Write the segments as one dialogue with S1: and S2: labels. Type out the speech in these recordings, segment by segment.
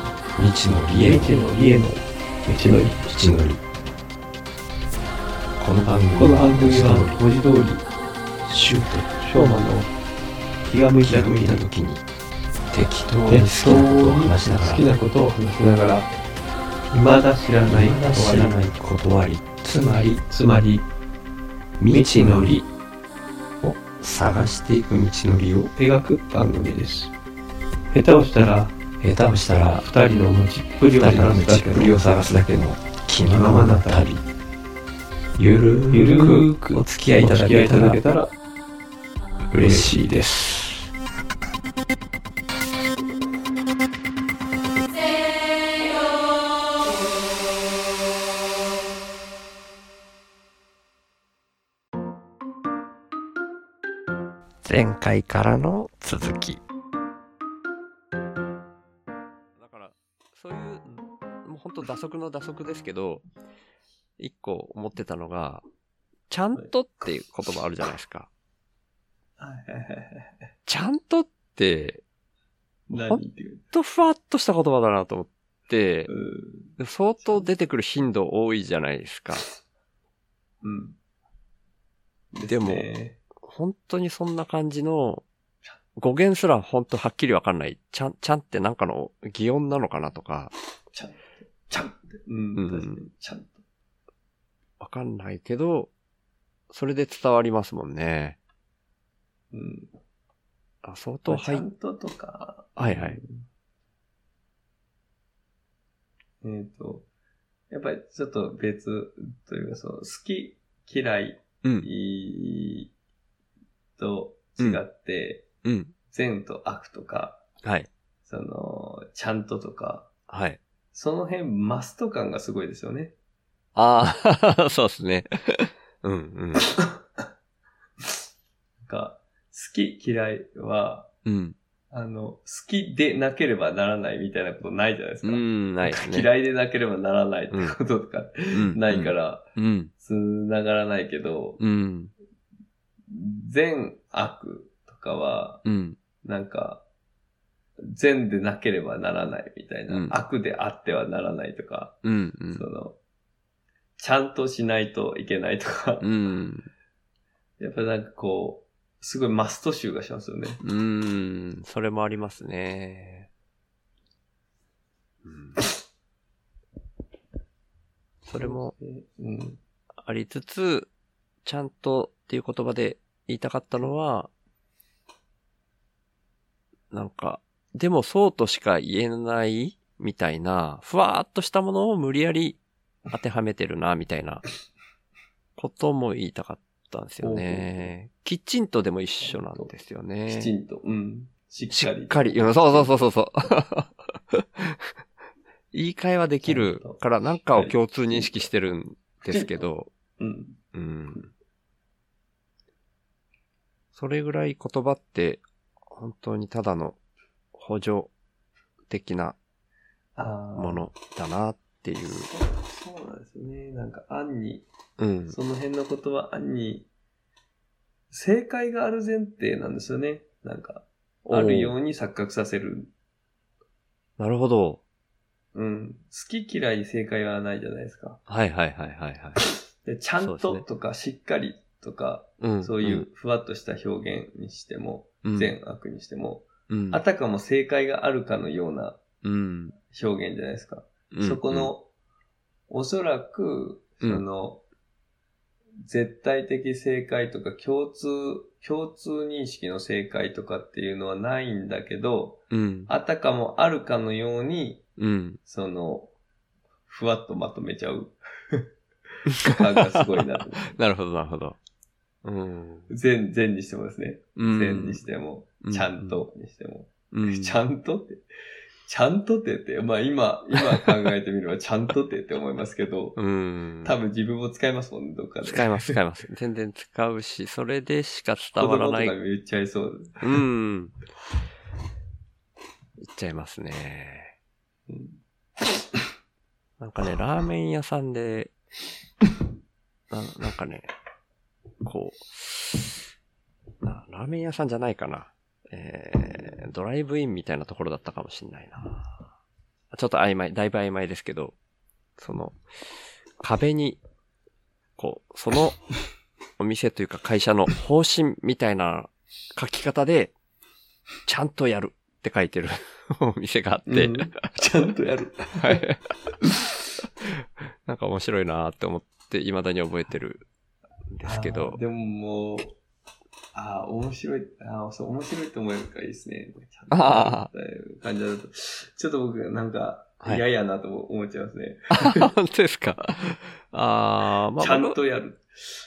S1: のりへの
S2: 道のりへの道のり
S1: 道のりこの番組
S2: この番組は
S1: 下取
S2: 文字通り
S1: りシュー
S2: 昭和の気が向
S1: ト開
S2: いた
S1: く
S2: 時
S1: 見た
S2: に
S1: 時に適当に
S2: 適当
S1: 好きなことを
S2: に
S1: 話しながら
S2: 好きなことを話しながら未だ知らない
S1: まだ知らない断りつまり
S2: つまり
S1: 未知のりを探していく道のりを
S2: 描く番組です下手をしたら
S1: 下手をしたら
S2: 二人の持ちっぷりを
S1: 二人
S2: 探
S1: の
S2: す
S1: 道
S2: だ
S1: っ
S2: け
S1: ぷりを探すだけの気のままな旅ゆる
S2: ゆる
S1: ー
S2: ー
S1: く
S2: く
S1: お付き合いいただ
S2: お付き合い
S1: けた
S2: いた
S1: ら
S2: だけたら
S1: 嬉しいです前回からの続き
S3: だから、そういう、もう本当打足の打足ですけど、一個思ってたのが、ちゃんとっていう言葉あるじゃないですか。ちゃんとって、
S2: 何っていう
S3: ほんとふわっとした言葉だなと思って、
S2: う
S3: 相当出てくる頻度多いじゃないですか。
S2: ん
S3: でも、本当にそんな感じの、語源すら本当はっきりわかんない。ちゃん、ちゃんってなんかの擬音なのかなとか、
S2: ちゃんとちゃんとうん
S3: うん
S2: 確かにちゃんと
S3: わかんないけど、それで伝わりますもんね。
S2: うん
S3: あ、相
S2: と
S3: 当は
S2: ちゃ
S3: い
S2: んととか
S3: はいはい。
S2: うん。えっ、と、やっぱりちょっと別というか、そう、好き、嫌い
S3: うん。
S2: と違って、
S3: うん。
S2: 善と悪とか、
S3: はい。
S2: その、ちゃんととか、
S3: はい。
S2: その辺マスト感がすごいですよね。
S3: ああ、そうですね。うんうん。
S2: なんか、好き、嫌いは、
S3: うん。
S2: あの、好きでなければならないみたいなことないじゃないです
S3: う
S2: か。
S3: ん、ないですね。
S2: 嫌いでなければならないってこととか、
S3: うん
S2: ないか。ら、
S3: うん。
S2: 繋がらないけど、
S3: うん。
S2: 善悪とかは、
S3: うん。
S2: なんか、善でなければならないみたいな、
S3: うん
S2: 悪であってはならないとか、
S3: うん。
S2: その、ちゃんとしないといけないとか、
S3: うん。
S2: やっぱなんかこう、すごいマスト集がしますよね。
S3: うん。それもありますね。うんそれも
S2: うん。
S3: ありつつ、ちゃんとっていう言葉で言いたかったのは、なんか、でもそうとしか言えないみたいな、ふわーっとしたものを無理やり当てはめてるな、みたいなことも言いたかったんですよね。きちんとでも一緒なんですよね。
S2: きちんと、うん。しっ
S3: し
S2: かり。
S3: っかり。うんそうそうそうそう そう。言い換えはできるから、なんかを共通認識してるんですけど、
S2: うん。
S3: うん。それぐらい言葉って、本当にただの補助的な
S2: ああ。
S3: ものだなっていう。
S2: そう。そうなんですよね。なんか、案に、
S3: うん。
S2: その辺のことは案に、正解がある前提なんですよね。なんか、あるように錯覚させる。
S3: なるほど。
S2: うん。好き嫌いに正解はないじゃないですか。
S3: はいはいはいはいはい。
S2: でちゃん
S3: そう
S2: と
S3: ですね
S2: とか、しっかりとか、
S3: うん。
S2: そういうふわっとした表現にしても、
S3: うん、
S2: 善悪にしても、
S3: うん。
S2: あたかも正解があるかのような
S3: うん。
S2: 表現じゃないですか。
S3: うん
S2: そこ、の、おそらく、そ
S3: うん
S2: の、絶対的正解とか共通、共通認識の正解とかっていうのはないんだけど、
S3: うん。
S2: あたかもあるかのように、
S3: うん。
S2: その、ふわっとまとめちゃう感がすごいな と思
S3: なるほどなるほど。うん。
S2: う。善、善にしてもですね。
S3: うん
S2: 善にしても、ちゃんとにしても。
S3: うん。
S2: ちゃんとって、ちゃんとってって、まあ今、今考えて みればちゃんとってって思いますけど、
S3: うん。
S2: 多分自分も使いますもんね、どっかで。
S3: 使います、使います。全然使うし、それでしか
S2: 子
S3: 伝
S2: 供
S3: わら
S2: とか
S3: ない
S2: にも言っちゃいそう。
S3: うん。いっちゃいますね。
S2: うん
S3: なんかね、ラーメン屋さんで、ななんかね、こうな、ラーメン屋さんじゃないかな。えー、ドライブインみたいなところだったかもしんないな。ちょっと曖昧、だいぶ曖昧ですけど、その、壁に、こう、そのお店というか会社の方針みたいな書き方で、ちゃんとやるって書いてる お店があって、
S2: うん ちゃんとやる。
S3: はい。なんか面白いなーって思って、未だに覚えてるんですけ
S2: あー
S3: ど、
S2: でももう、ああ、面白い、ああ、そう、面白いと思えるからいいですね。
S3: あ
S2: あ。感じだと。ちょっと僕、なんか、
S3: はい
S2: 嫌やなとも思っちゃいますね。
S3: 本当ですかあー、まあ、
S2: ちゃんとやる。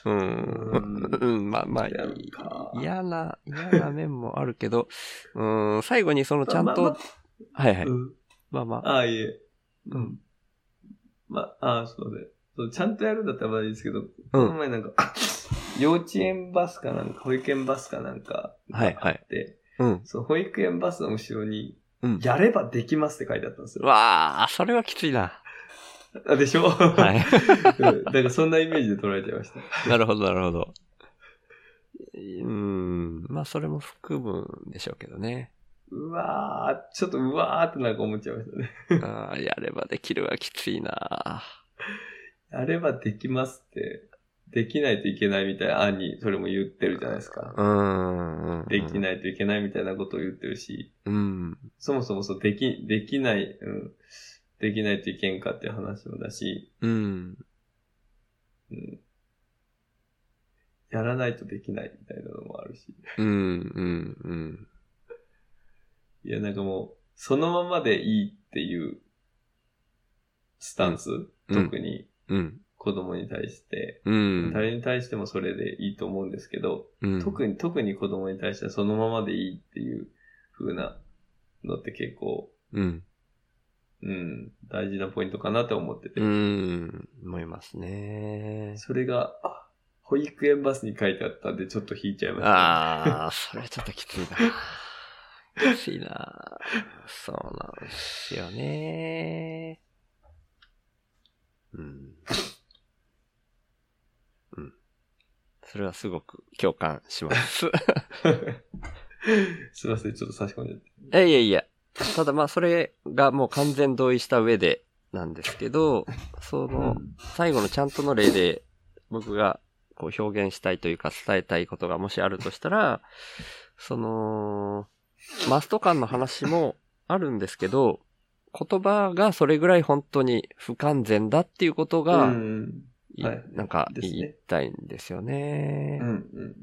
S3: う。
S2: うんん。
S3: うん、まあまあ、
S2: やるか
S3: 嫌な、嫌な面もあるけど、うん、最後にそのちゃん
S2: まあ
S3: と、はいはい、
S2: うん
S3: まあまあ、
S2: ああ、いえ。うん。まあ、ああ、そうで。そうちゃんとやるんだったらまだいいですけど、この前なんか、 幼稚園バスかなんか、保育園バスかなんか、
S3: はいはい。
S2: で、
S3: うん、
S2: そう、保育園バスの後ろに、
S3: うん。
S2: やればできますって書いてあったんですよ。
S3: わあ、それはきついな。
S2: あでしょ
S3: はい。
S2: うんだからそんなイメージで捉えちゃいました。
S3: なるほど、なるほど。うん、まあそれも含むんでしょうけどね。
S2: うわー、ちょっとうわーってなんか思っちゃいましたね。
S3: ああ、やればできるはきついな。
S2: やればできますって、できないといけないみたいな案に、それも言ってるじゃないですか。
S3: うん。
S2: でき
S3: い。
S2: ないといけないみたいなことを言ってるし、
S3: うん。
S2: そもそもそう、でき、できない、うん、できないといけんかっていう話もだし、
S3: うん。
S2: うん、やらないとできないみたいなのもあるし、
S3: うん。うん。うん。
S2: いや、なんかもう、そのままでいいっていう、スタンス、
S3: うん
S2: 特に
S3: うん。
S2: 子供に対して、
S3: うん。
S2: 誰に対してもそれでいいと思うんですけど、
S3: うん。
S2: 特に、特に子供に対してはそのままでいいっていう風なのって結構、
S3: うん。
S2: うん、大事なポイントかなと思ってて、
S3: うん。思いますね。
S2: それが、あ保育園バスに書いてあったんで、ちょっと引いちゃいました、
S3: ああ、それちょっときついな。きついな。そうなんですよね。うん。うん。それはすごく共感します。
S2: すいません、ちょっと差し込んじゃって。
S3: いやいやいや。ただまあそれがもう完全同意した上でなんですけど、その最後のちゃんとの例で僕がこう表現したいというか伝えたいことがもしあるとしたら、その、マスト感の話もあるんですけど、言葉がそれぐらい本当に不完全だっていうこと
S2: う
S3: が、
S2: ん、
S3: い
S2: はい
S3: なんか
S2: ですね
S3: 言いたいんですよね。
S2: うん、うん。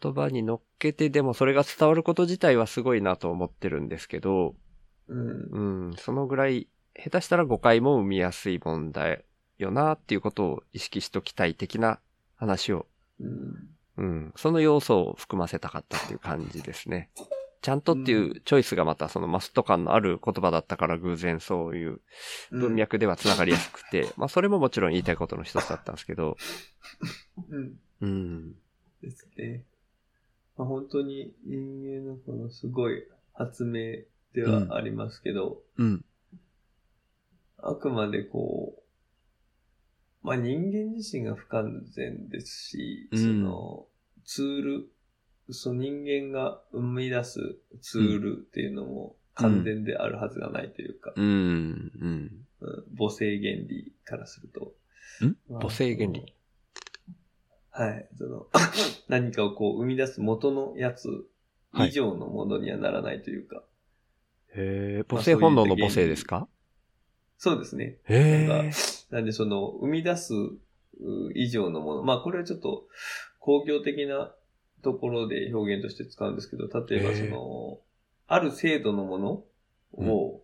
S3: 言葉に乗っけてでもそれが伝わること自体はすごいなと思ってるんですけど、
S2: うん、
S3: うん、そのぐらい、下手したら誤解も生みやすい問題よなっていうことを意識しときたい的な話を、
S2: うん、
S3: うん、その要素を含ませたかったっていう感じですね。ちゃんとっていうチョイスがまたそのマスト感のある言葉だったから偶然そういう文脈では繋がりやすくて、まあそれももちろん言いたいことの一つだったんですけど、
S2: うん。
S3: うん、
S2: ですね。まあ、本当に人間のこのすごい発明ではありますけど、
S3: うん、
S2: あくまでこう、まあ人間自身が不完全ですし、
S3: うん
S2: そのツール、その人間が生み出すツールっていうのも完全であるはずがないというか、
S3: うん、うん。
S2: うん母性原理からすると。
S3: ん
S2: まあ
S3: 母性原理
S2: はい。その、 何かをこう生み出す元のやつ以上のものにはならないというか、
S3: へえ、母性本能の母性ですか
S2: そうですね。
S3: へえ、
S2: なんでその、生み出すう以上のもの。まあこれはちょっと工業的なところで表現として使うんですけど、例えばその、ある制度のものを、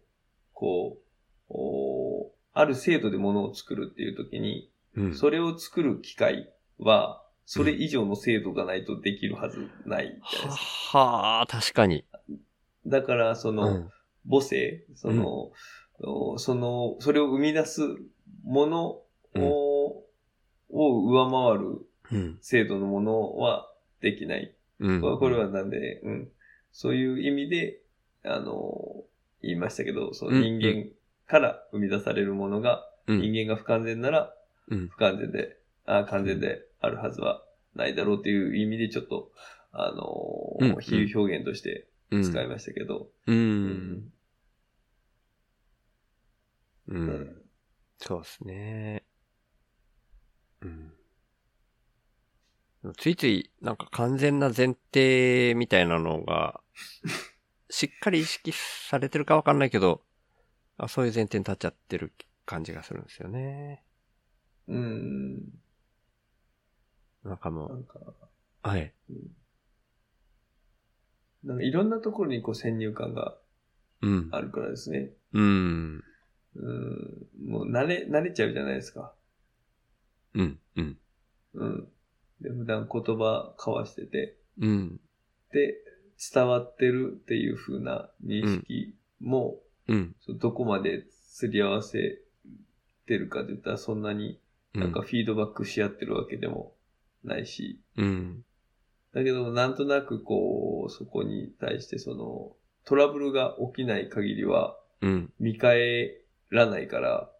S2: こう、おーある制度でものを作るっていう時に、
S3: うん
S2: それを作る機会は、それ以上の制度がないとできるはずないじゃないですか。
S3: はあ、確かに。
S2: だから、その、
S3: うん
S2: 母性、その、おその、それを生み出すものを、
S3: うん
S2: を上回る
S3: うん。
S2: 制度のものはできない。
S3: うん
S2: これこれはなんで、うん。そういう意味で、あの、言いましたけど、その
S3: うん
S2: 人間から生み出されるものが、
S3: うん
S2: 人間が不完全なら、
S3: うん
S2: 不完全で、あ完全であるはずはないだろうという意味で、ちょっと、あの、
S3: うん
S2: 比喩表現として
S3: うん
S2: 使いましたけど、
S3: う。
S2: うん
S3: う。
S2: うん
S3: そうですね。うん。ついつい、なんか完全な前提みたいな のが、しっかり意識されてるかわかんないけど、あそういう前提に立っちゃってる感じがするんですよね。
S2: うん。
S3: なんかも
S2: な
S3: う、
S2: んか、
S3: はい。
S2: なんかいろんなところにこう先入観が
S3: うん。
S2: あるからですね。
S3: うん。
S2: うん。もう慣れ、慣れちゃうじゃないですか。
S3: うん。うん。
S2: うん。で、普段言葉交わしてて、
S3: うん。
S2: で、伝わってるっていう風な認識も、
S3: うん。
S2: そうどこまですり合わせてるかって言ったらそんなになんかフィードバックし合ってるわけでもないし、
S3: うん。
S2: だけどなんとなくこう、そこに対してそのトラブルが起きない限りは
S3: うん。
S2: 見返らないから、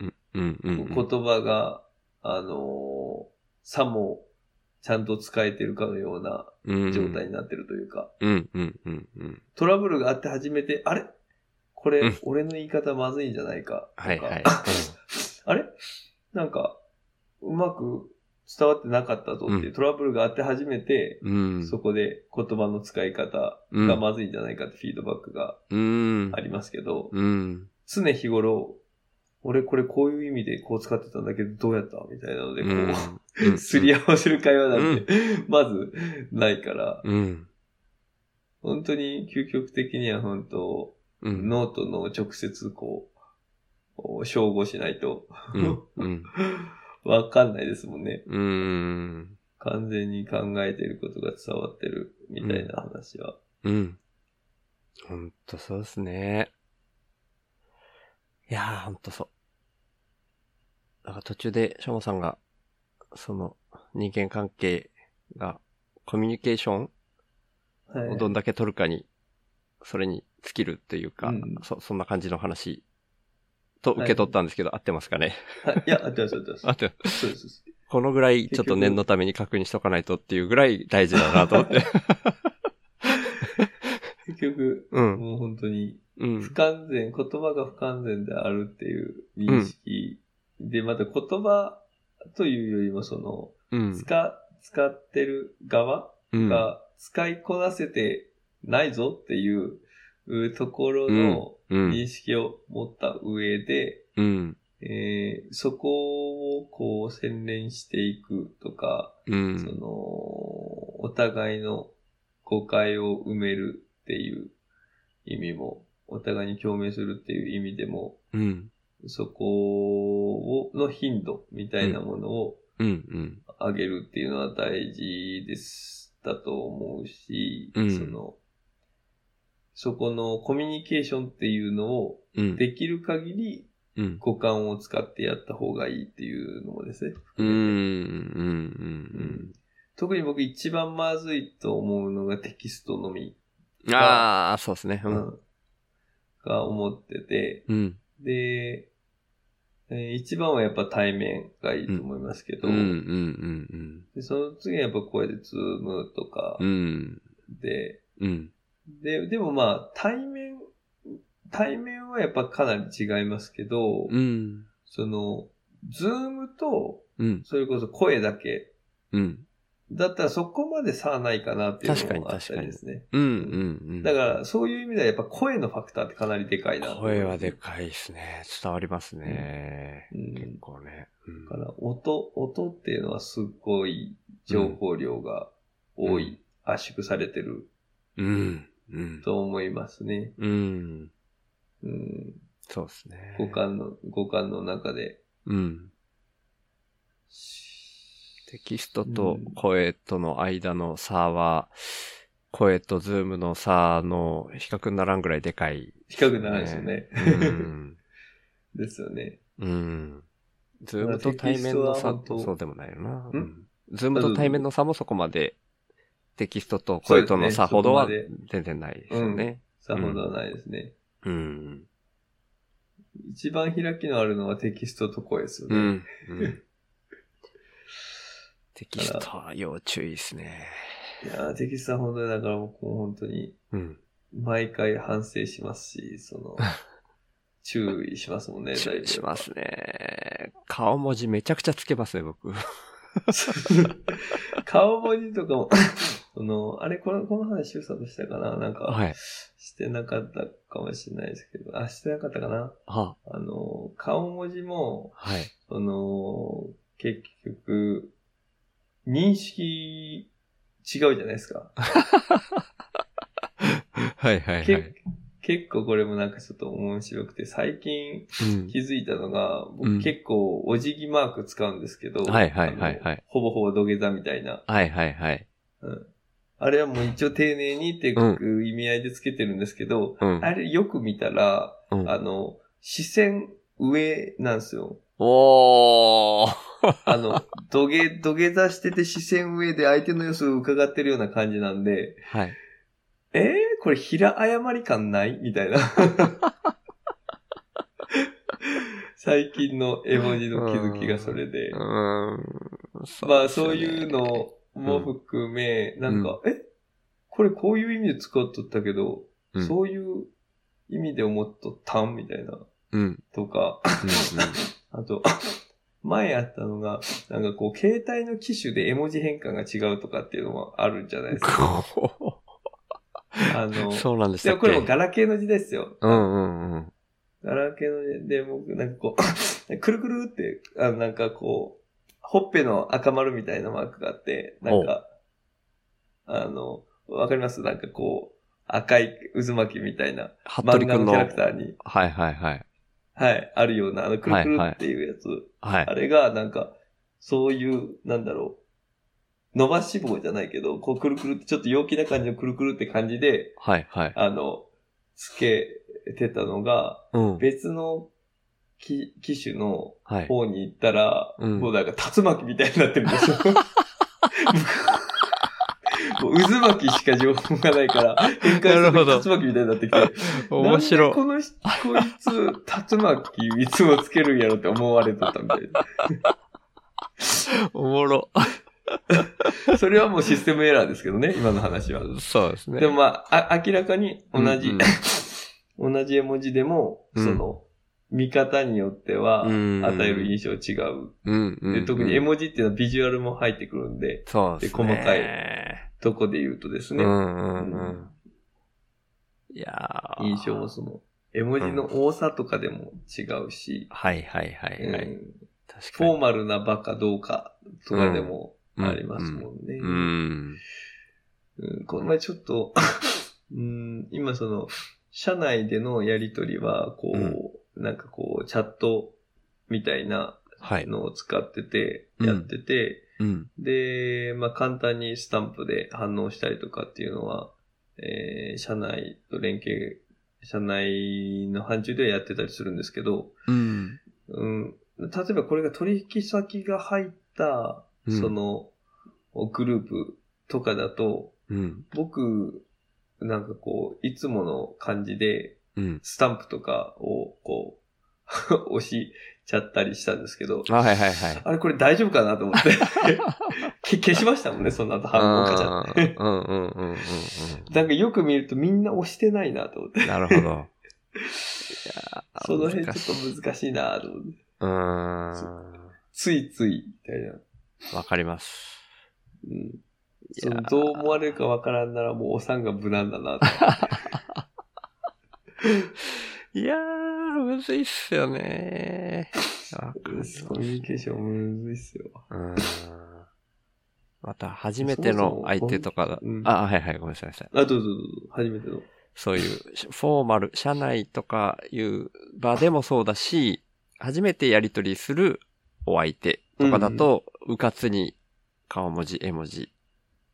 S3: うん。うん。うん。うん。
S2: 言葉が、あのーさもちゃんと使えてるかのような状態になってるというか、
S3: うん。うん。うん。うん。
S2: トラブルがあって初めて、あれこれ、
S3: うん
S2: 俺の言い方まずいんじゃないかとか。
S3: はいはい。
S2: あれなんか、うまく伝わってなかったぞっていう、
S3: うん
S2: トラブルがあって初めて、
S3: うん。
S2: そこで言葉の使い方
S3: うん。
S2: がまずいんじゃないかってフィードバックが
S3: うん
S2: あ。りますけど、
S3: うん。
S2: 常日頃、俺これこういう意味でこう使ってたんだけどどうやったみたいなので、こう、
S3: うん
S2: すり合わせる会話なんて、 まずないから、
S3: うん。
S2: 本当に究極的には本当、
S3: うん。
S2: ノートの直接こうこう、照合しないと
S3: うん。うん。
S2: わかんないですもんね。
S3: うん。
S2: 完全に考えてることが伝わってるみたいな話は。
S3: うん。ほんとそうですね。いやー、ほんとそう。なんか途中で、しょもさんが、その、人間関係が、コミュニケーショ
S2: は
S3: ン
S2: い
S3: をどんだけ取るかに、それに尽きるというか、
S2: うん
S3: そ、そんな感じの話、と受け取ったんですけど、合ってますかね
S2: はい。いや、あってます、あってます
S3: 合ってます。
S2: そうです。そうです
S3: このぐらい、ちょっと念のために確認しとかないとっていうぐらい大事だなと 思って。
S2: 結局、
S3: うん。
S2: もう本当に、
S3: うん
S2: 不。完全、言葉が不完全であるっていう認識。で、また言葉というよりもその、
S3: うん。
S2: 使、使ってる側
S3: うん。
S2: が使いこなせてないぞっていううところの
S3: うん。
S2: 認識を持った上で、
S3: うん。
S2: えーそこをこう洗練していくとか、
S3: う
S2: そ
S3: ん。
S2: の、お互いの誤解を埋めるっていう意味も、お互いに共鳴するっていう意味でも、
S3: うん。
S2: そこをの頻度みたいなものを
S3: うん。うん。
S2: 上げるっていうのは大事です、だと思うし、
S3: うん
S2: その、そこのコミュニケーションっていうのを
S3: うん。
S2: できる限り
S3: うん。
S2: 五感を使ってやった方がいいっていうのもですね。
S3: うん。うん。
S2: 特に僕一番まずいと思うのがテキストのみ、
S3: うん。ああ、そうですね。う。
S2: うんん、が思ってて、
S3: うん。
S2: で、えー一番はやっぱ対面がいいと思いますけ
S3: う
S2: ど、
S3: ん。うん。
S2: でその次はやっぱこうやってズームとか
S3: うん。うん。
S2: で、
S3: うん。
S2: で、でもまあ対面、対面はやっぱかなり違いますけど、
S3: うん。
S2: その、ズームと、
S3: うん。
S2: それこそ声だけ
S3: うん。
S2: だったらそこまで差はないかなっていうの
S3: 確
S2: も
S3: か
S2: あ
S3: に
S2: ったりですね。
S3: うん。うん。
S2: だから、そういう意味ではやっぱ声のファクターってかなりでかいな。
S3: 声はでかいですね。伝わりますね。
S2: うん。
S3: 結
S2: だ
S3: 構ね。
S2: から、音、音っていうのはすごい情報量が多い、圧縮されてる
S3: うん。うん。
S2: と思いますね。
S3: うん。
S2: うん。
S3: そうですね。
S2: 五感の、五感の中で。
S3: うん。テキストと声との間の差は、声とズームの差の比較にならんぐらいでかい。
S2: 比較にならないですよね。
S3: うん。
S2: ですよね。
S3: うん。ズームと対面の差とそうでもないよな。
S2: うん
S3: うんズームと対面の差もそこまで、テキストと声との差ほどは
S2: そうですね
S3: 全然ないですよね。
S2: さほどはないですね。
S3: うん。
S2: 一番開きのあるのはテキストと声ですよ
S3: う
S2: ね。
S3: ん。 うんテキストは要注意ですね。
S2: いやーテキストは本当にだから僕も本当に
S3: うん。
S2: 毎回反省しますし、その、注意しますもんね、だいぶ
S3: しますね。顔文字めちゃくちゃつけますね、僕。
S2: 顔文字とかも、 その、あれ、この、この話、修さんとしたかななんか、
S3: はい。
S2: してなかったかもしれないですけど、あ、してなかったかな
S3: は、
S2: あの、顔文字も、
S3: はい。
S2: その、結局、認識、違うじゃないですか。
S3: はいはいは
S2: け。結構これもなんかちょっと面白くて、最近
S3: うん
S2: 気づいたのが、
S3: うん
S2: 僕結構お辞儀マーク使うんですけど、
S3: はいはいはいはい
S2: あのほぼほぼ土下座みたいな。
S3: はいはいはい。
S2: あれはもう一応丁寧にっていう意味合いでつけてるんですけど、
S3: うん。
S2: あれよく見たら、
S3: うん
S2: あの、視線上なんですよ。
S3: おー。
S2: あの、 土下、土下座してて視線上で相手の様子を伺ってるような感じなんで、
S3: はい。
S2: えー、これ平誤り感ないみ たいな。最近の絵文字の気づきがそれで。
S3: うーん。
S2: まあそういうのも含め、なんか、えこれこういう意味で使っとったけど、
S3: うん
S2: そういう意味で思っとったんみたいな。
S3: う ん。うん。
S2: とか、あと、 前やったのが、なんかこう、携帯の機種で絵文字変換が違うとかっていうのもあるんじゃない ですか。あ
S3: う
S2: の、
S3: ん。そうなんで
S2: い
S3: す
S2: や、
S3: よ。
S2: これもガラケーの字ですよ。
S3: うんうんうん。
S2: ガラケーの字で、僕、なんかこう、 くるくるって、あの、なんかこう、ほっぺの赤丸みたいなマークがあって、なんか、あの、わかりますなんかこう、赤い渦巻きみたいな、
S3: 服部
S2: 漫画
S3: くん
S2: のキ
S3: の。
S2: ャラ
S3: は
S2: ク
S3: い
S2: ターに、
S3: はいはい。
S2: はい、あるような、あの、くるくるっていうやつ。
S3: はい
S2: あ。れが、なんか、そういう、なんだろう、伸ばし棒じゃないけど、こう、くるくるって、ちょっと陽気な感じのくるくるって感じで、
S3: はいはい。
S2: あの、つけてたのが、
S3: うん。
S2: 別の機機種の
S3: はい。
S2: 方に行ったら、
S3: うん
S2: もうなんか竜巻みたいになってるんです よ。もう渦巻きしか情報がないから、変換
S3: なるほど
S2: するとき竜巻みたいになってきて、
S3: 面白
S2: なんでこの人、こいつ、竜巻いつもつけるんやろって思われとったみたいな。
S3: おもろ。
S2: それはもうシステムエラーですけどね、今の話は。
S3: そうですね。
S2: でもまあ、あ明らかに同じ、
S3: うん
S2: 同じ絵文字でも、
S3: うん
S2: その、見方によっては、
S3: うん
S2: 与える印象違う。
S3: うんうんうん
S2: で特に絵文字っていうのはビジュアルも入ってくるんで、
S3: そうですね。
S2: で細かいどこで言うとです
S3: う
S2: ね、
S3: んうんうん。いやー
S2: 印象もその、絵文字の多さとかでも違うし、
S3: はいはいはいはい。
S2: うん
S3: 確
S2: フ
S3: か
S2: ォー
S3: に。
S2: マルな場かどうかとかでもありますもんね。
S3: うん。
S2: うん、この前ちょっと、 うん、今その、社内でのやりとりは、こう、なんかこう、チャットみたいな
S3: はい。
S2: のを使ってて、
S3: うん
S2: やってて、
S3: うん。
S2: で、まあ簡単にスタンプで反応したりとかっていうのは、えー、社内と連携、社内の範疇ではやってたりするんですけど、
S3: うん。
S2: うん、例えばこれが取引先が入った、
S3: うん
S2: その、グループとかだと、
S3: うん。
S2: 僕、なんかこう、いつもの感じで、
S3: うん。
S2: スタンプとかをこう、 押しちゃったりしたんですけど、
S3: あはいはいはい。
S2: あれこれ大丈夫かなと思って け消しましたもんね、その後反応かちゃって。
S3: うんうんうんうんうんう
S2: なんかよく見るとみんな押してないなと思って、
S3: ん。なるほど。いや ー
S2: その辺
S3: 難しい
S2: ちょっと難しいなと思って、
S3: うーん。
S2: ついつい、みたいな。
S3: わかります。
S2: うん
S3: い
S2: そ
S3: や
S2: の
S3: ー
S2: どう思われるかわからんならもうおさんが無難だなと。
S3: いやー、むずいっすよねー。わかる
S2: コミュニケーションむずいっすよ。
S3: うーん。また、初めての相手とかだ
S2: そもそもうん
S3: あ、はいはい、ごめんなさいごめんなさい。
S2: あ、どうぞどうぞ、初めての。
S3: そういう、しフォーマル、社内とかいう場でもそうだし、初めてやりとりするお相手とかだと、うかつに顔文字、絵文字、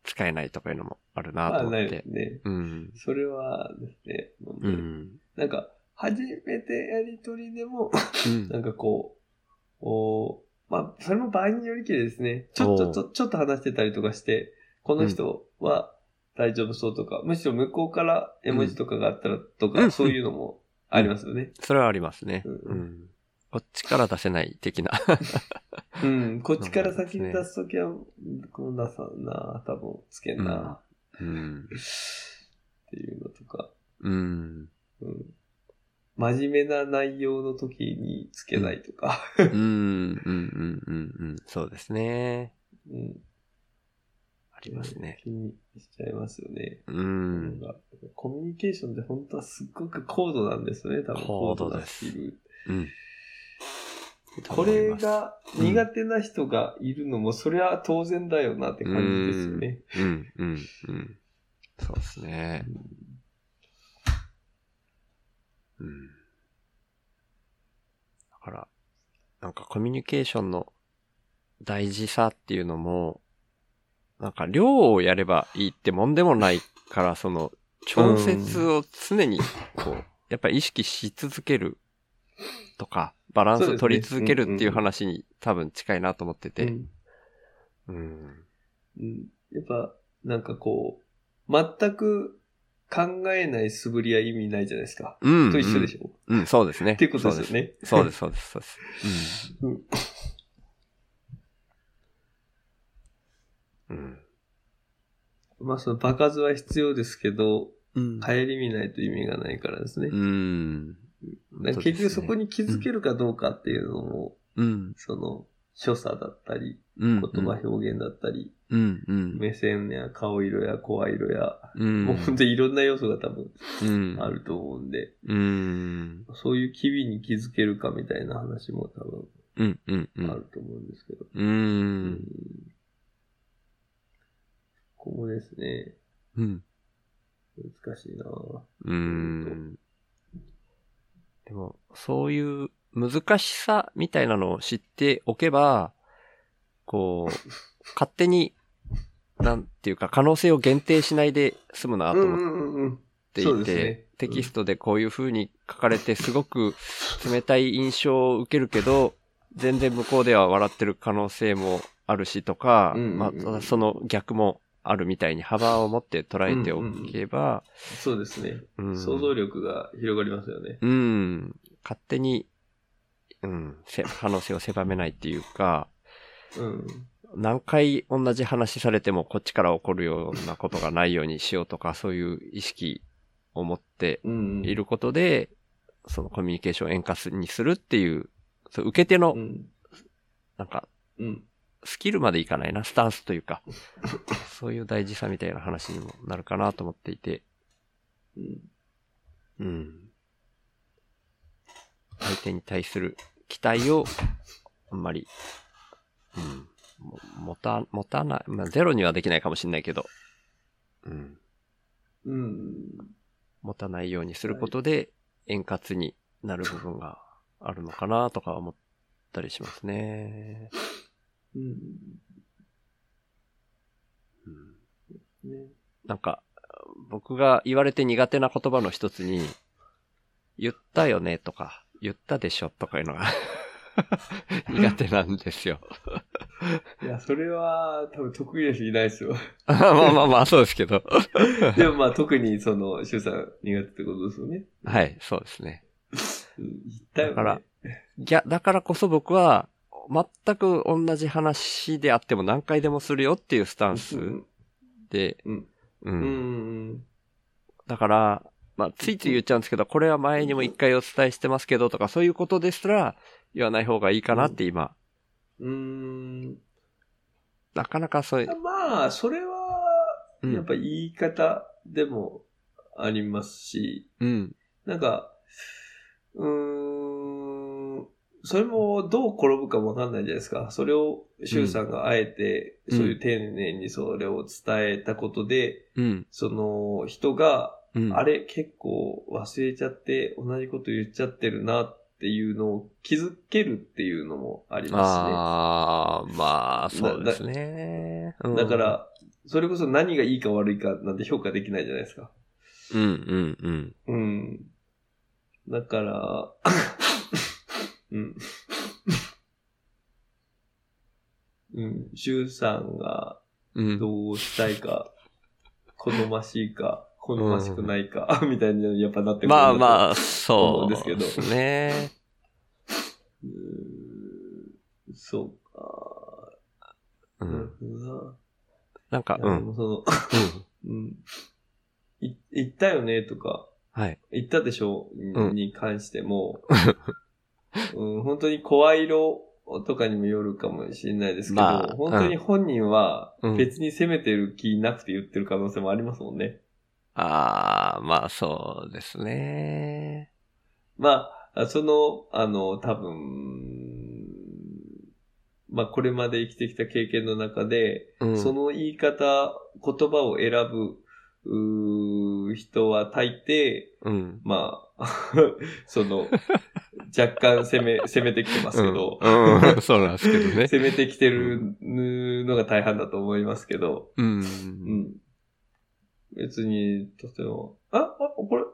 S3: 使えないとかいうのもあるな
S2: あ、
S3: と
S2: な
S3: 思っ
S2: いで
S3: て。
S2: すね。
S3: うん。
S2: それはですね、本当
S3: う
S2: に
S3: ん。
S2: なんか、初めてやりとりでも、
S3: うん
S2: なんかこう、おまあ、それも場合によりきりですね。ちょっ
S3: お
S2: と、
S3: う
S2: ちょちょっと話してたりとかして、この人は大丈夫そうとか、むしろ向こうから絵文字とかがあったらとか、
S3: うん
S2: そういうのもありますよね。
S3: それはありますね。
S2: う
S3: うん。こっちから出せない的な。
S2: うん、こっちから先に出すときは、こう出さんな、多分つけんな、
S3: うん。
S2: っていうのとか。
S3: うん。
S2: うん真面目な内容の時につけないとか。
S3: うん、うん、うん、うん、うん。そうですね。
S2: うん。
S3: ありますね。
S2: 気にしちゃいますよね。
S3: う
S2: なん
S3: ん。
S2: かコミュニケーションって本当はすっごく高度なんですよね、多分。
S3: 高度です
S2: 高度なスキル
S3: うん。
S2: これが苦手な人がいるのも、そりゃ当然だよなって感じですよね。
S3: うん、うん、うん。そうですね。うん。だから、なんかコミュニケーションの大事さっていうのも、なんか量をやればいいってもんでもないから、その、調節を常に、こう、やっぱり意識し続けるとか、バランスを取り続けるっていう話に多分近いなと思って
S2: う
S3: て。
S2: ん
S3: うん。
S2: うんやっぱ、なんかこう、全く考えない素振りは意味ないじゃないですか。
S3: うん。
S2: と一緒でしょ、
S3: ょ。うん、そうですね。
S2: っていうことですよね。
S3: そうです、そうです、そうです。うん。
S2: まあその場数は必要ですけど、
S3: うん。
S2: 帰り見ないと意味がないからですね。
S3: うん。
S2: だから結局そこ
S3: に、
S2: に気づけるかどうかっていうのも、
S3: うん。
S2: その、所作だったり、
S3: うん。
S2: 言葉表現だったり、
S3: うん。うん。
S2: 目線や顔色や声色や、
S3: うん。
S2: もう本当にいろんな要素が多分
S3: うん。
S2: あると思うんで、
S3: うん。
S2: そういう機微に気づけるかみたいな話も多分
S3: うん。うん。うん。
S2: あると思うんですけど。
S3: う
S2: うん
S3: ん。
S2: ここですね、
S3: うん。
S2: 難しいなぁ
S3: うん。でも、そういう難しさみたいなのを知っておけば、こう、勝手に、なんていうか、可能性を限定しないで済むなと思っ
S2: うんうん。
S3: ってい
S2: そう
S3: て、
S2: ですね
S3: テキストでこういう風に書かれてすごく冷たい印象を受けるけど、全然向こうでは笑ってる可能性もあるしとか、
S2: うんうんうん
S3: まあただその逆もあるみたいに幅を持って捉えておけば、
S2: そうですね。
S3: うん
S2: 想像力が広がりますよね。
S3: うん、勝手に、うん、せ可能性を狭めないっていうか、
S2: うん。
S3: 何回同じ話されてもこっちから起こるようなことがないようにしようとか、そういう意識を持って
S2: うん。
S3: い。ることで、そのコミュニケーションを円滑にするっていう、そう受け手の
S2: う、ん。
S3: なんか、
S2: うん。
S3: スキルまでいかないな、スタンスというか、 そういう大事さみたいな話にもなるかなと思っていて、
S2: うん。
S3: うん。相手に対する期待を、あんまり、うん、も持た、持たない、まあ、ゼロにはできないかもしれないけど、うん。
S2: うん。
S3: 持たないようにすることで円滑になる部分があるのかなとか思ったりしますね。
S2: うん。
S3: うん
S2: ね。
S3: なんか、僕が言われて苦手な言葉の一つに、言ったよねとか、言ったでしょとかいうのが 苦手なんですよ。
S2: いや、それは多分得意な人いないです よ。
S3: まあまあまあ、そうですけど。
S2: でもまあ特にその、シュウさん苦手ってことですよね。
S3: はい、そうですね。
S2: うん言ったよ、ね。
S3: だから、ぎゃ、だからこそ僕は、全く同じ話であっても何回でもするよっていうスタン
S2: う
S3: ス
S2: ん
S3: で、
S2: うん
S3: う
S2: うんんうん。
S3: だから、まあ、ついつい言っちゃうんですけど、これは前にも一回お伝えしてますけどとか、そういうことですら、言わない方がいいかなって今、
S2: うん。うん。
S3: なかなかそういう、
S2: まあ、それは、
S3: うん
S2: やっぱ言い方でもありますし、
S3: うん、
S2: なんか、うーん、それもどう転ぶかもわかんないじゃないですか。それを、シュウさんがあえて、
S3: うん
S2: そういう丁寧にそれを伝えたことで、
S3: うん、
S2: その人が、
S3: うん。
S2: あれ結構忘れちゃって、同じこと言っちゃってるなっていうのを気づけるっていうのもありま
S3: あーまあ、そうですね。
S2: す
S3: うん
S2: ね。だか、ら、それこそ何がいいか悪いかなんて評価できないじゃないですか。
S3: うん、うん、うん。
S2: うん。だから、うん。うん。シュウさんが
S3: うん、
S2: どうしたいか、好ましいか、好ましくないか、みたいにやっぱなってくるんだ
S3: ま
S2: と
S3: あ
S2: 思う
S3: まあ、そう
S2: 思うんで
S3: です
S2: け
S3: すね。
S2: うーんそうか。
S3: う
S2: なる
S3: ん、
S2: ほど
S3: なんか、
S2: な。いや
S3: う
S2: で
S3: ん、
S2: もその、うん。い言ったよねとか、
S3: はい。
S2: 言ったでしょ
S3: うん
S2: に関しても、うん、本当に声色とかにもよるかもしれないですけど、
S3: まあ
S2: 本当に本人は
S3: うん
S2: 別に責めてる気なくて言ってる可能性もありますもんね。
S3: ああ、まあそうですね。
S2: まあ、その、あの、多分、まあこれまで生きてきた経験の中で、
S3: うん。
S2: その言い方、言葉を選ぶ、うー人は大抵、
S3: うん。
S2: まあ、 その、若干攻 め、攻めてきてますけど、
S3: うん。うんそうなんですけどね。
S2: 攻めてきてるのが大半だと思いますけど、
S3: う。
S2: うんん。別に、とても、あ、あ、これ、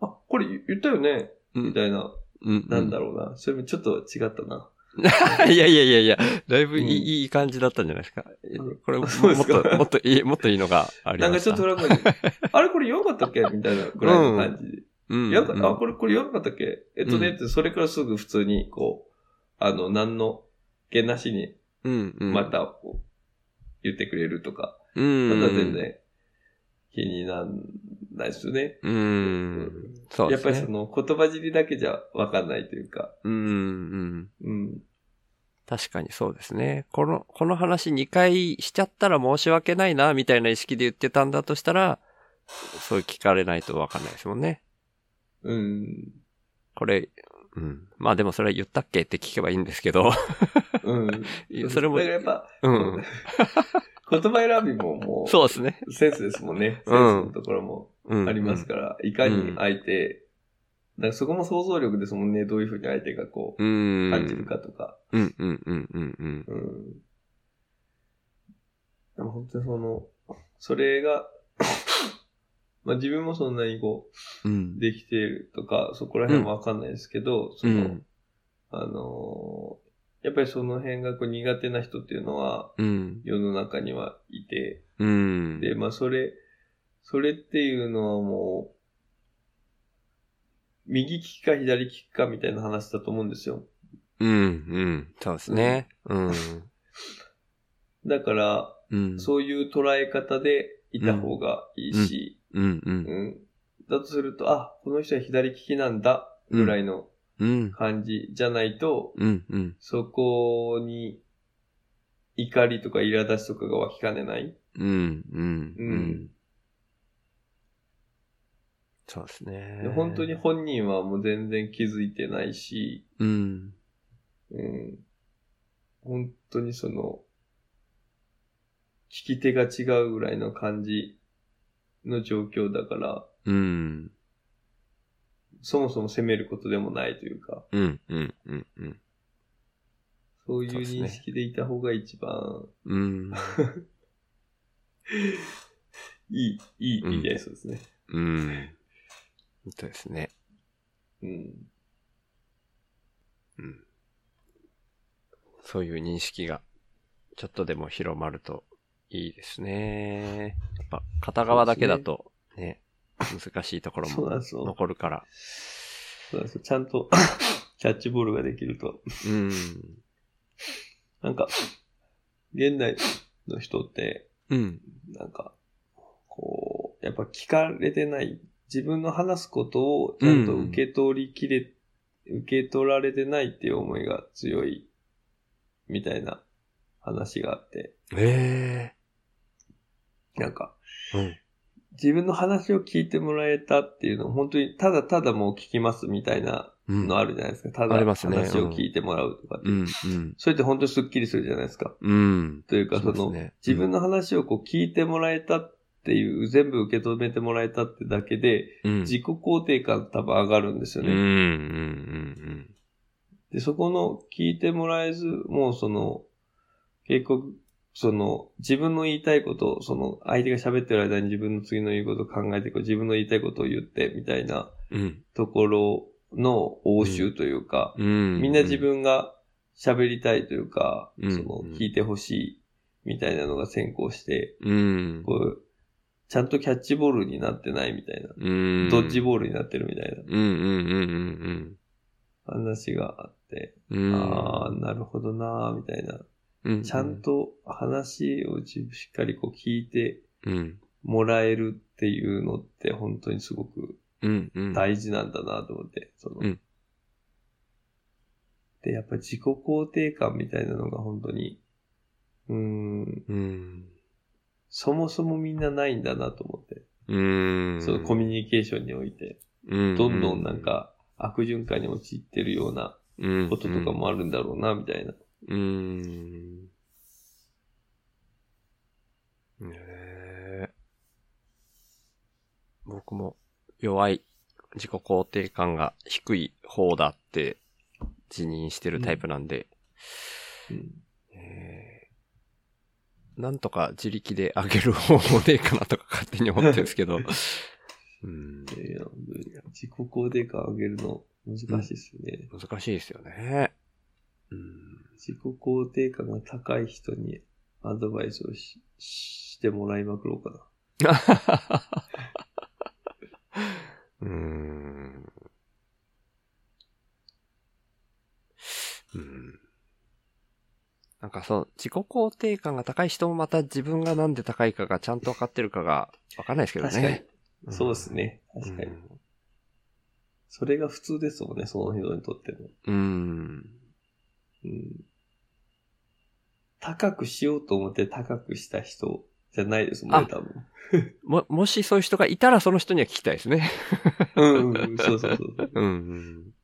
S2: あ、これ言ったよね
S3: う
S2: み
S3: ん。
S2: たいな、
S3: うん。
S2: なんだろうな。それもちょっと違ったな。
S3: いやいやいやいや、だいぶいい,、
S2: うん
S3: いい感じだったんじゃないですか。これも
S2: そうで
S3: もっ
S2: すか
S3: と、もっとい い、もっといいのがあり
S2: なん
S3: ま
S2: かち
S3: した。
S2: ょっとなん か、あれこれ言わなかったっけみたいなぐらいの感じで。
S3: うん、うん
S2: やんかあ、これ、これ言わなかったっけえっとね、
S3: うん
S2: って、それからすぐ普通に、こう、あの、何の気なしに、
S3: うん、うん。
S2: また、こう言ってくれるとか、
S3: うん、う
S2: ま
S3: ん。
S2: だ全。然気になんないですよね。
S3: う
S2: うん
S3: ん。そう
S2: や
S3: で
S2: っ
S3: す
S2: ぱ
S3: ね。
S2: りその、言葉尻だけじゃわかんないというか、
S3: うん、うん。
S2: うん。
S3: 確かにそうですね。この、この話2回しちゃったら申し訳ないな、みたいな意識で言ってたんだとしたら、そう聞かれないとわかんないですもんね。
S2: うん。
S3: これ、うん。まあでもそれは言ったっけって聞けばいいんですけど。
S2: うん。
S3: いやそれも
S2: だからやっぱ、
S3: うん。
S2: 言葉選びももう、
S3: そうですね。
S2: センスですもんね。センス
S3: うん
S2: のところも
S3: うん。
S2: ありますから、いかに相手、なんかそこも想像力ですもんね。どういうふうに相手がこう、
S3: うん。
S2: 感じるかとか。
S3: うんうんうんうんうん。
S2: うん。でも本当にその、それが、 まあ自分もそんなにこ
S3: うん
S2: う、。できてるとか、そこら辺はわかんないですけど、その、あのーやっぱりその辺がこう苦手な人っていうのは
S3: うん。
S2: 世の中にはいて、
S3: うん。
S2: で、まあそれ、それっていうのはもう、右利きか左利きかみたいな話だと思うんですよ。
S3: うん。うん。そうですね。うん。
S2: だから、
S3: うん。
S2: そういう捉え方でいた方がいいし、
S3: うん。う。
S2: うんん。だとすると、あ、この人は左利きなんだ、ぐらいの
S3: うん。
S2: 感じじゃないと、
S3: うん。うん。
S2: そこに怒りとか苛立ちとかが湧きかねない。
S3: うん。うん。うん。そうですね
S2: で。本当に本人はもう全然気づいてないし、
S3: うん。
S2: うん。本当にその、聞き手が違うぐらいの感じの状況だから、
S3: うん。
S2: そもそも責めることでもないというか、
S3: うん。うん。うん。うん。
S2: そうい
S3: そう
S2: う
S3: ですね
S2: 認識でいた方が一番
S3: うん。
S2: いい、いい、
S3: うん
S2: いいやつですね。
S3: うん。本当ですね。
S2: うん。
S3: そういう認識が、ちょっとでも広まるといいですね。やっぱ、片側だけだと、ね、難しいところ
S2: そう
S3: も
S2: なんですよ。
S3: 残るから。
S2: そうなんですよ。ちゃん とキャッチボールができると。
S3: うん。
S2: なんか、現代の人って、
S3: うん。
S2: なんか、こう、やっぱ聞かれてない。自分の話すことをちゃんと受け取りきれ、受け取られてないっていう思いが強い、みたいな話があって。
S3: え
S2: なんか、
S3: えうん。
S2: 自分の話を聞いてもらえたっていうのを本当にただただもう聞きますみたいな
S3: うん。
S2: のあるじゃないですか。ただ
S3: あります
S2: 話
S3: ね
S2: を聞いてもらうとかって。
S3: うん、うん。
S2: それって本当にスッキリするじゃないですか。
S3: うん。
S2: というか、そ
S3: そう
S2: の、
S3: ですね
S2: 自分の話をこう聞いてもらえたっていう、全部受け止めてもらえたってだけで、
S3: うん。
S2: 自己肯定感多分上がるんですよ
S3: うん、
S2: ね。
S3: うん、うん、
S2: で、そこの聞いてもらえず、もうその、結局、その、自分の言いたいこと、その、相手が喋ってる間に自分の次の言うことを考えて、こう自分の言いたいことを言って、みたいな
S3: うん。
S2: ところの応酬というか、
S3: うん。
S2: みんな自、分が喋りたいというか、
S3: うん
S2: その、聞いてほしい、みたいなのが先行して、
S3: うん。
S2: こう、ちゃんとキャッチボールになってないみたいな、
S3: うん。
S2: ドッジボールになってるみたい
S3: うん、うん、うん、
S2: な話があって、
S3: うん、うん。
S2: ああ、なるほどなー、みたいな。
S3: うん。
S2: ちゃん、と話をしっかりこう聞いて
S3: うん。
S2: もらえるっていうのって本当にすごく
S3: うんうん。
S2: 大事なんだなと思って、その、
S3: うん
S2: で、やっぱ自己肯定感みたいなのが本当に、うーん、
S3: うん。
S2: そもそもみんなないんだなと思って、
S3: うん。
S2: そのコミュニケーションにおいて、
S3: うん
S2: どんどんなん、か悪循環に陥ってるようなこ
S3: こ
S2: ととか。もあるんだろうな、みたいな。
S3: うん。ねえ。僕も弱い自己肯定感が低い方だって自認してるタイプなんで、
S2: うん
S3: えーなんとか自力で上げる方法でいいかなとか勝手に思ってるんで すけど。うん、
S2: いやいや本当に自己肯定感上げるの難しいですよね。
S3: 難しいですよね。うん、
S2: 自己肯定感が高い人にアドバイスをししてもらいまくろうかな。
S3: うん。うん。なんかそう、自己肯定感が高い人もまた自分がなんで高いかがちゃんと分かってるかが分かんないですけどね。
S2: 確かに。
S3: ん
S2: そうですね。確かに。それが普通ですもんね、その人にとっても。
S3: うん。うん。
S2: うん、高くしようと思って高くした人じゃないですもんね、多分。
S3: も、もしそういう人がいたらその人には聞きたいですね。
S2: うんうんうん、そうそうそう。
S3: うん。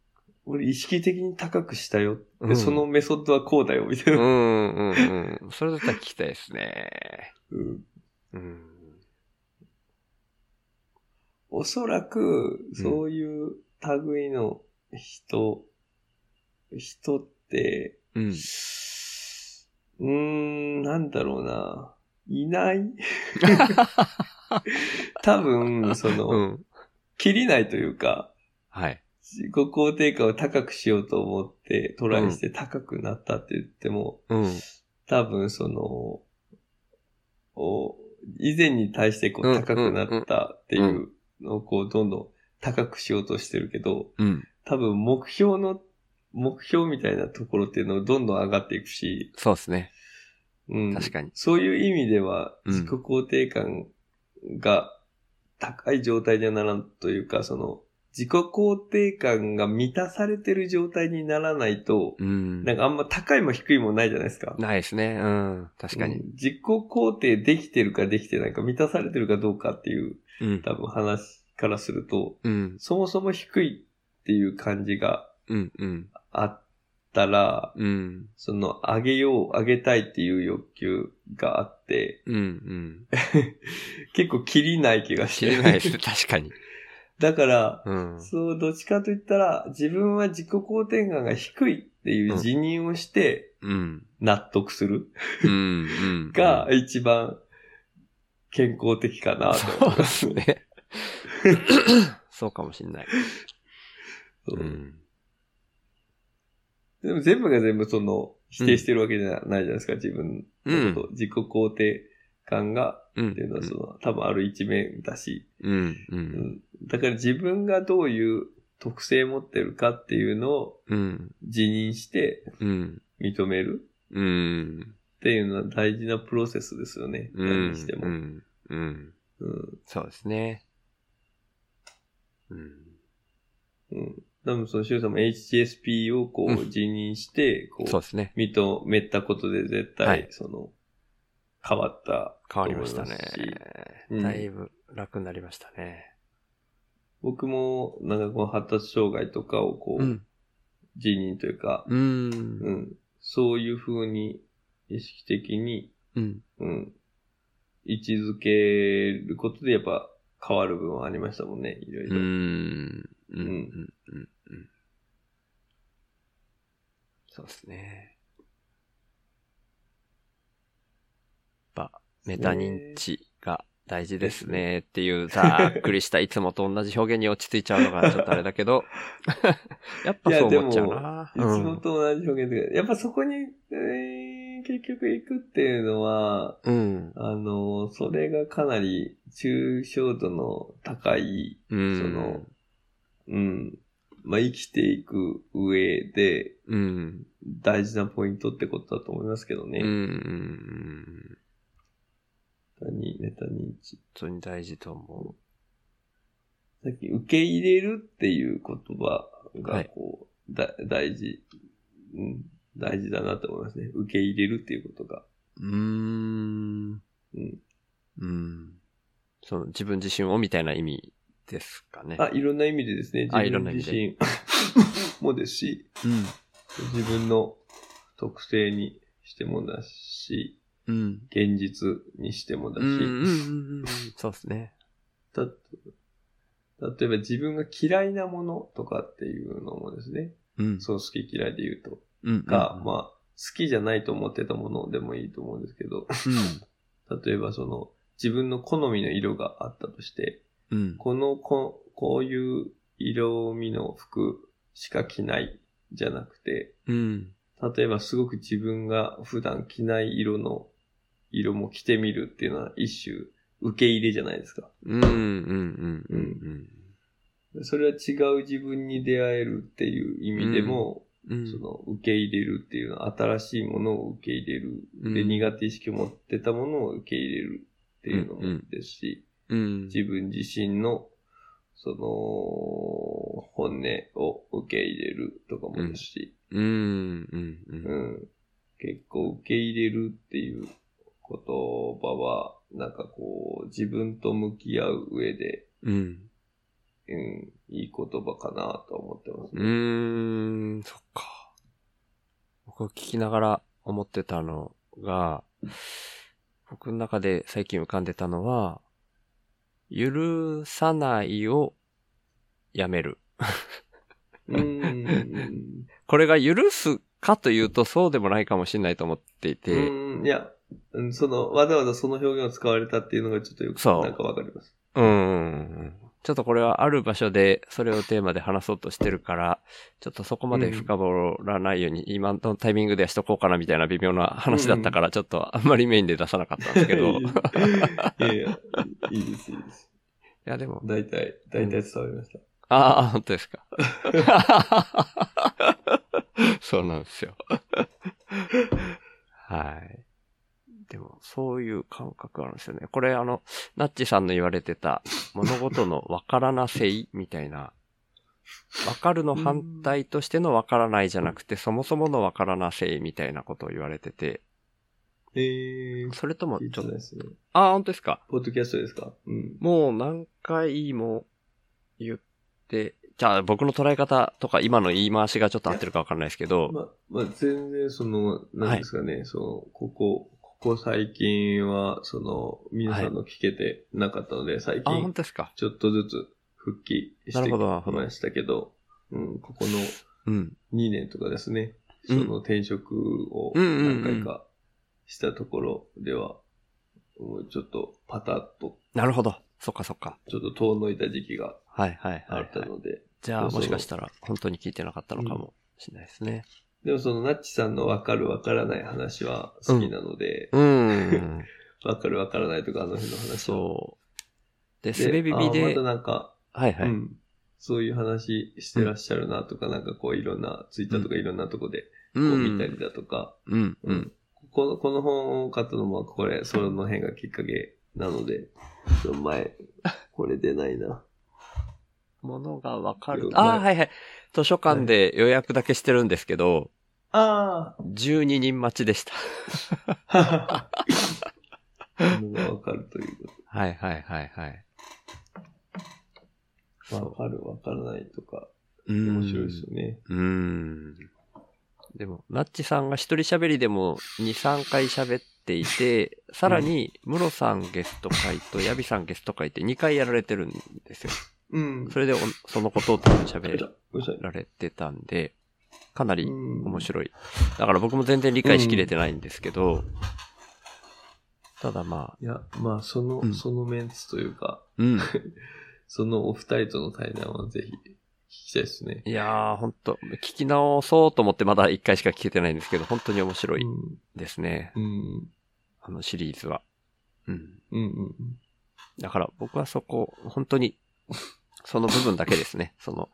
S2: 俺意識的に高くしたよ。
S3: う
S2: で、
S3: ん
S2: そのメソッドはこうだよ、みた
S3: う
S2: い
S3: ん
S2: な。
S3: うんうん。それだったら聞きたいですね。
S2: うん
S3: うん。
S2: おそらく、そういう類の人、人って、
S3: うん。
S2: うーん、なんだろうな。い ない。多分、その、
S3: うん。
S2: 切りないというか、
S3: はい。
S2: 自己肯定感を高くしようと思って、トライして高くなったって言っても、
S3: うん。
S2: 多分その、お以前に対してこ
S3: う
S2: うん高くなったっていうのをこうどんどん高くしようとしてるけど、
S3: うん。
S2: 多分目標の、目標みたいなところっていうのをどんどん上がっていくし、
S3: そうですね。
S2: うん、
S3: 確かに。
S2: そういう意味では、
S3: うん
S2: 自己肯定感が高い状態にはならんというか、その、自己肯定感が満たされてる状態にならないと、
S3: うん。
S2: なんかあんま高いも低いもないじゃないですか。
S3: ないですね。うん。確か
S2: う
S3: に。
S2: ん自己肯定できてるかできてないか、満たされてるかどうかっていう、
S3: うん。
S2: 多分話からすると、
S3: うん。
S2: そもそも低いっていう感じが
S3: うん。うん。
S2: あったら、
S3: うん。
S2: その、上げよう、上げたいっていう欲求があって、
S3: うん。うん。
S2: 結構切りない気がして。
S3: 知れないですね。確かに。
S2: だから、
S3: うん。
S2: そう、どっちかと言ったら、自分は自己肯定感が低いっていう自認をして、
S3: うん。
S2: 納得する
S3: うん。うん。
S2: が、一番健康的か なと
S3: そ
S2: 思
S3: う
S2: い
S3: で
S2: ます。
S3: すね。そうかもしんない。
S2: そう
S3: うん。
S2: でも全部が全部その、否定してるわけじゃないじゃないですか、自分のこと。自己肯定感が、
S3: うん
S2: っていうのはその、多分ある一面だし、
S3: うん。う。
S2: うんん。だから自分がどういう特性持ってるかっていうのを
S3: うん。
S2: 自認して
S3: うん。
S2: 認める
S3: うん。
S2: っていうのは大事なプロセスですよね。何にして
S3: う
S2: も。
S3: ん。うん。
S2: うん。
S3: そうですね。うん。
S2: うん。多分その、しゅうさんも HSP をこう
S3: うん
S2: 自認して、こ
S3: そう
S2: う、
S3: ですね。
S2: 認めたことで絶
S3: は
S2: 対
S3: い、
S2: その、変わった。
S3: 変わりました
S2: と
S3: ね
S2: 思いますし。うん
S3: だいぶ楽になりましたね。
S2: 僕も、なんかこの発達障害とかをこう、。自認というか、
S3: う。
S2: うんん。そういう風に、意識的に、
S3: うん。
S2: うん。位置づけることでやっぱ変わる部分はありましたもんね、いろいうろ。
S3: ん。うん。う
S2: うん。
S3: ん。うん。そうですね。やっぱ、メタ認知が大事ですねっていう、ざっくり したいつもと同じ表現に落ち着いちゃうのがちょっとあれだけ ど、やっぱそう思っちゃうない
S2: つもと同じ表現で、やっぱそこに、えー結局行くっていうのは、
S3: うん。
S2: あの、それがかなり抽象度の高い、
S3: うん。
S2: その、うん、まあ、生きていく上で
S3: うん。
S2: 大事なポイントってことだと思いますけどね。
S3: うんうんうん。
S2: メタ認知。
S3: 本当に大事と思
S2: さっき受け入れるっていう言葉
S3: は
S2: が、
S3: い
S2: こう、だ大事、うん、大事だなと思いますね。受け入れるっていうことが。
S3: うー
S2: う
S3: ん。
S2: ん
S3: うん。その自分自身をみたいな意味ですかね。
S2: あ、いろんな意味でですね、自
S3: あいろ
S2: 分
S3: んな意味
S2: 自
S3: で
S2: 身 もですし、
S3: うん。
S2: 自分の特性にしてもだし、
S3: うん。
S2: 現実にしてもだし、
S3: うんうんうんうん。そうですね。
S2: た例えば自分が嫌いなものとかっていうのもですね、
S3: うん。
S2: そう好き嫌いで言うと、
S3: うん。
S2: が、
S3: うん
S2: まあ、好きじゃないと思ってたものでもいいと思うんですけど、 例えばその、自分の好みの色があったとして、
S3: うん。うん。
S2: このこ、こういう色味の服しか着ないじゃなくて、
S3: うん。
S2: 例えばすごく自分が普段着ない色の色も着てみるっていうのは一種受け入れじゃないですか。
S3: うん。うん。うん。うん。
S2: それは違う自分に出会えるっていう意味でも、
S3: うん。
S2: その受け入れるっていうのは新しいものを受け入れる。
S3: うん
S2: で、苦手意識を持ってたものを受け入れるっていうのもですし、
S3: うん。
S2: 自分自身のその本音を受け入れるとかもですし、
S3: うん。うん。う。
S2: うんん。結構受け入れるっていう言葉は、なんかこう、自分と向き合う上で、
S3: うん。
S2: うん、いい言葉かなと思ってます
S3: う
S2: ね。
S3: ーん、そっか。僕聞きながら思ってたのが、僕の中で最近浮かんでたのは、許さないをやめる。
S2: うん。うん
S3: これが許すかというとそうでもないかもしれないと思っていて、
S2: うん、いや、うんその、わざわざその表現を使われたっていうのがちょっとよく、
S3: そう
S2: なんかわかります。
S3: うん。ちょっとこれはある場所でそれをテーマで話そうとしてるから、ちょっとそこまで深掘らないように、今のタイミングではしとこうかなみたいな微妙な話だったから、ちょっとあんまりメインで出さなかったんですけ ど。
S2: い
S3: い
S2: やいや、いいです、いいです。
S3: やでも、
S2: 大体、大体伝わりました。
S3: ああ、本当ですか。 そうなんですよ。はい。でも、そういう感覚あるんですよね。これ、あの、ナッチさんの言われてた、物事のわからなせいみたいな、わかるの反対としてのわからないじゃなくて、そもそものわからなせいみたいなことを言われてて、
S2: えー、
S3: それとも
S2: い
S3: ちょっ
S2: つ
S3: と、
S2: ですね。
S3: ああ、本当ですか。
S2: ポッドキャストですかうん。
S3: もう何回も言って、じゃあ僕の捉え方とか今の言い回しがちょっと合ってるかわかんないですけど、
S2: まあ、まあ、全然その、なんですかね、その、ここ、ここ最近は、その、皆さんの聞けてなかったので、最
S3: あ、本
S2: 近、
S3: 当ですか。
S2: ちょっとずつ復帰し
S3: な
S2: て
S3: る
S2: き
S3: ほどなるほど
S2: ましたけど、うん、ここの
S3: うん。
S2: 2年とかですね、
S3: う
S2: そ
S3: ん
S2: の転職を
S3: うんうんうん
S2: 何回かしたところでは、もうちょっとパタッと、
S3: なるほど。そっかそっか。
S2: ちょっと遠のいた時期が
S3: はいはいは
S2: あ
S3: い、
S2: った
S3: はい。
S2: ので、
S3: じゃあ
S2: そ
S3: も
S2: うそう
S3: しかしたら本当に聞いてなかったのかもしれないですね。
S2: でもそのナッチさんのわかるわからない話は好きなので、
S3: うん。
S2: わかるわからないとかあの辺の話を
S3: そう。で、
S2: で
S3: 滑ビビ
S2: あ
S3: で、
S2: またなんか、
S3: はいは
S2: う
S3: い。
S2: ん。そういう話してらっしゃるなとか、なんかこういろんな、ツイッターとかいろんなとこで、
S3: う
S2: こう見た
S3: ん。
S2: りだとか、
S3: うん。うん。
S2: この、この本を買ったのも、これ、その辺がきっかけなので、ちょっと前、これ出ないな。
S3: ものがわかる
S2: う。ん
S3: ああ、はいはい。図書館で予約だけしてるんですけど、
S2: あ
S3: 12人待ちでした。
S2: あ ものがわかるというこ
S3: はいはいはいはい。
S2: と。わかる、わからないとか、
S3: 面
S2: 面白いですよね。
S3: うーん。でも、ナッチさんが一人喋りでも2、3回喋っていて、さらに、ムロさんゲスト会とヤビさんゲスト会って2回やられてるんですよ。
S2: うん。
S3: それでお、そのことを多分喋
S2: ごめんなさい。
S3: られてたんで、かなり
S2: うん
S3: 面白い。だから僕も全然理解しきれてないんですけど、ただまあ、
S2: いや、まあ、その、
S3: うん
S2: そのメンツというか、
S3: うん。
S2: そのお二人との対談はぜひ聞きたいですね。
S3: いやー、ほんと、聞き直そうと思ってまだ1回しか聞けてないんですけど、本当に面白いですね。
S2: うん。うん。
S3: あのシリーズは。うん。
S2: うんうんうん。
S3: だから僕はそこ、本当に、その部分だけですね。 その、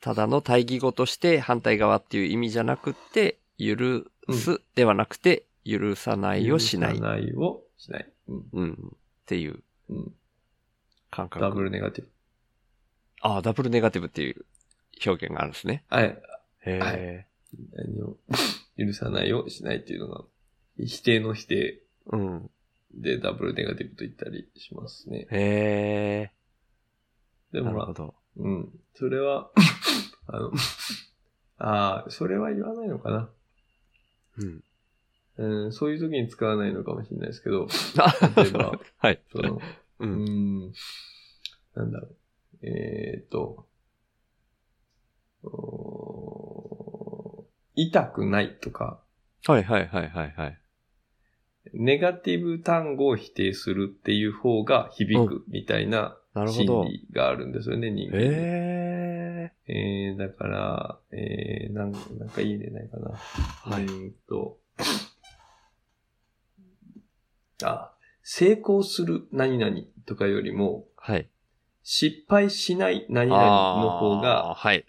S3: ただの対義語として反対側っていう意味じゃなくて、許すではなくて、許さないをしない。
S2: 許さないをしない。うん。
S3: うん。っていう
S2: うん。
S3: 感
S2: ダブ
S3: 覚。
S2: ルネガティブ。
S3: ああ、ダブルネガティブっていう表現があるんですね。
S2: はい。
S3: へ
S2: は
S3: え。
S2: 何を 許さないようにしないっていうのが、否定の否定
S3: うん。
S2: でダブルネガティブと言ったりしますね。
S3: へ
S2: で
S3: え。な
S2: も
S3: る
S2: ま
S3: ほ
S2: あ、
S3: ど。
S2: うん。それは、 あの、ああ、それは言わないのかな。
S3: うん。
S2: うん、そういう時に使わないのかもしれないですけど、例えば
S3: はい。
S2: その、う
S3: う。
S2: んん、なんだろう。えーっと、おー痛くないとか、
S3: はいはいはいはいはい。
S2: ネガティブ単語を否定するっていう方が響くみたいな
S3: なるほ
S2: 心
S3: ど。
S2: 理があるんですよね、人間に。
S3: へえ。
S2: えー、だから、えー、なんなんかいい例ないかな。
S3: はい
S2: え。ーっと、あ、成功する何々とかよりも、
S3: はい。
S2: 失敗しない何々の方
S3: あ
S2: が、
S3: ーはい。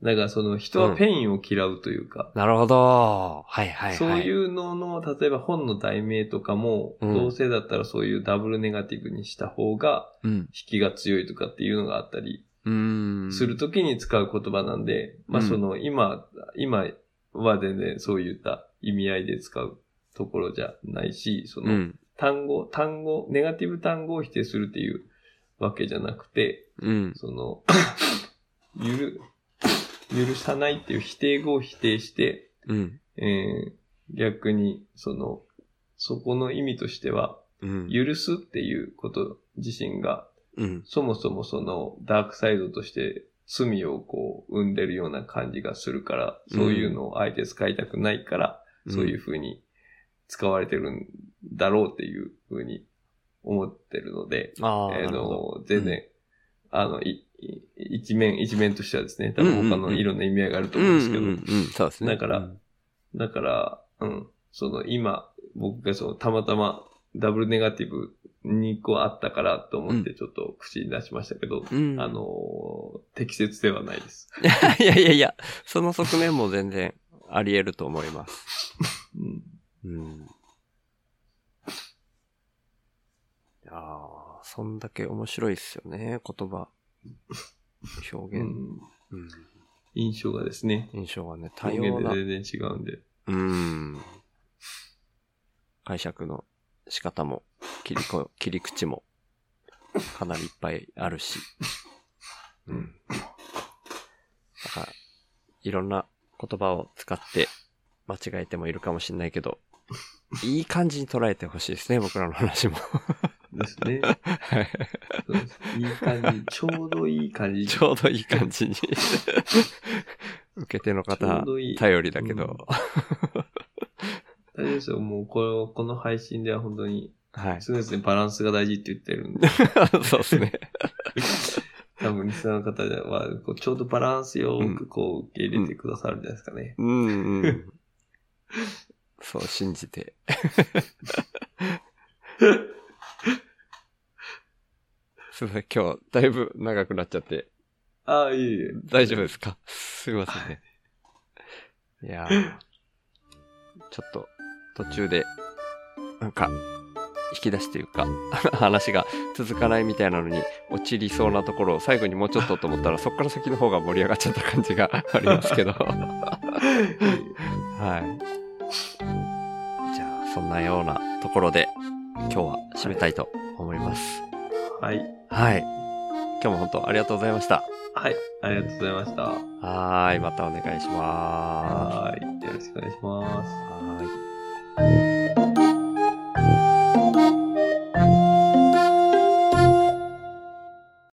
S2: なんかその人はペインを嫌うというか、
S3: なるほど。はいはいはい。。
S2: そういううのの、例えば本の題名とかも、
S3: うん
S2: どうせだったらそういうダブルネガティブにした方が、
S3: うん。
S2: 引きが強いとかっていうのがあったり
S3: うーん。
S2: するときに使う言葉なんで、まあ
S3: うん
S2: その今、今は全然そういった意味合いで使うところじゃないし、そうの
S3: ん。
S2: 単語、単語、ネガティブ単語を否定するっていうわけじゃなくて、
S3: うん。
S2: その、ゆる、許さないっていう否定語を否定して、
S3: うん。
S2: えー逆に、その、そこの意味としては、
S3: うん。
S2: 許すっていうこと自身が
S3: うん。
S2: そもそもそのダークサイドとして罪をこう生んでるような感じがするから、そういうのをあえて使いたくないから、そういう風に使われてるんだろうっていう風に思ってるので、
S3: うん。ああ。
S2: え
S3: な
S2: ー
S3: るほど
S2: の、全然、あの、いい一面、一面としてはですね、多分他のいろんな意味合いがあると思うんですけど、
S3: うんうんうん、そうですね。
S2: だから
S3: うん
S2: だから、うん、その今、僕がそのたまたまダブルネガティブ2個あったからと思ってちょっと口に出しましたけど、
S3: うん、
S2: あのー適切ではないです。
S3: いやいやいや、その側面も全然あり得ると思います。
S2: うん、
S3: うん。いやーそんだけ面白いっすよね、言葉。表現。うん
S2: 印象がですね、
S3: 印象はね、多
S2: 表
S3: 様
S2: 現
S3: な。
S2: で全然違うんで。
S3: うん。解釈の仕方も、切りこ切り口も、かなりいっぱいあるし。うん。だから、いろんな言葉を使って間違えてもいるかもしれないけど、いい感じに捉えてほしいですね、僕らの話も。
S2: です ね。
S3: はい
S2: そうですいい感じ、ちょうどいい感じ。
S3: ちょうどいい感じに。受け手の
S2: ちょ
S3: 方
S2: うどいい、
S3: 頼りだけど。
S2: 大丈夫ですよ。もうこれを、この配信では本当に、
S3: はい。
S2: 常々バランスが大事って言ってる んで、
S3: そうですね。
S2: 多分リスナーの方は、こうちょうどバランスよくこう受け入れてくださるんじゃないですかね。
S3: うんうん。そう信じて。すいません、今日だいぶ長くなっちゃって
S2: ああ、いえいえ。
S3: 大丈夫ですかすいませんね。いやーちょっと途中でなんか引き出しというか 話が続かないみたいなのに陥りそうなところを最後にもうちょっとと思ったらそっから先の方が盛り上がっちゃった感じがありますけど。はい。じゃあ、そんなようなところで、今日は締めたいと思います。
S2: はい。
S3: はい。今日も本当ありがとうございました。
S2: はい。ありがとうございました。
S3: はーい。またお願いします。
S2: はい。よろしくお願いします。
S3: はーい。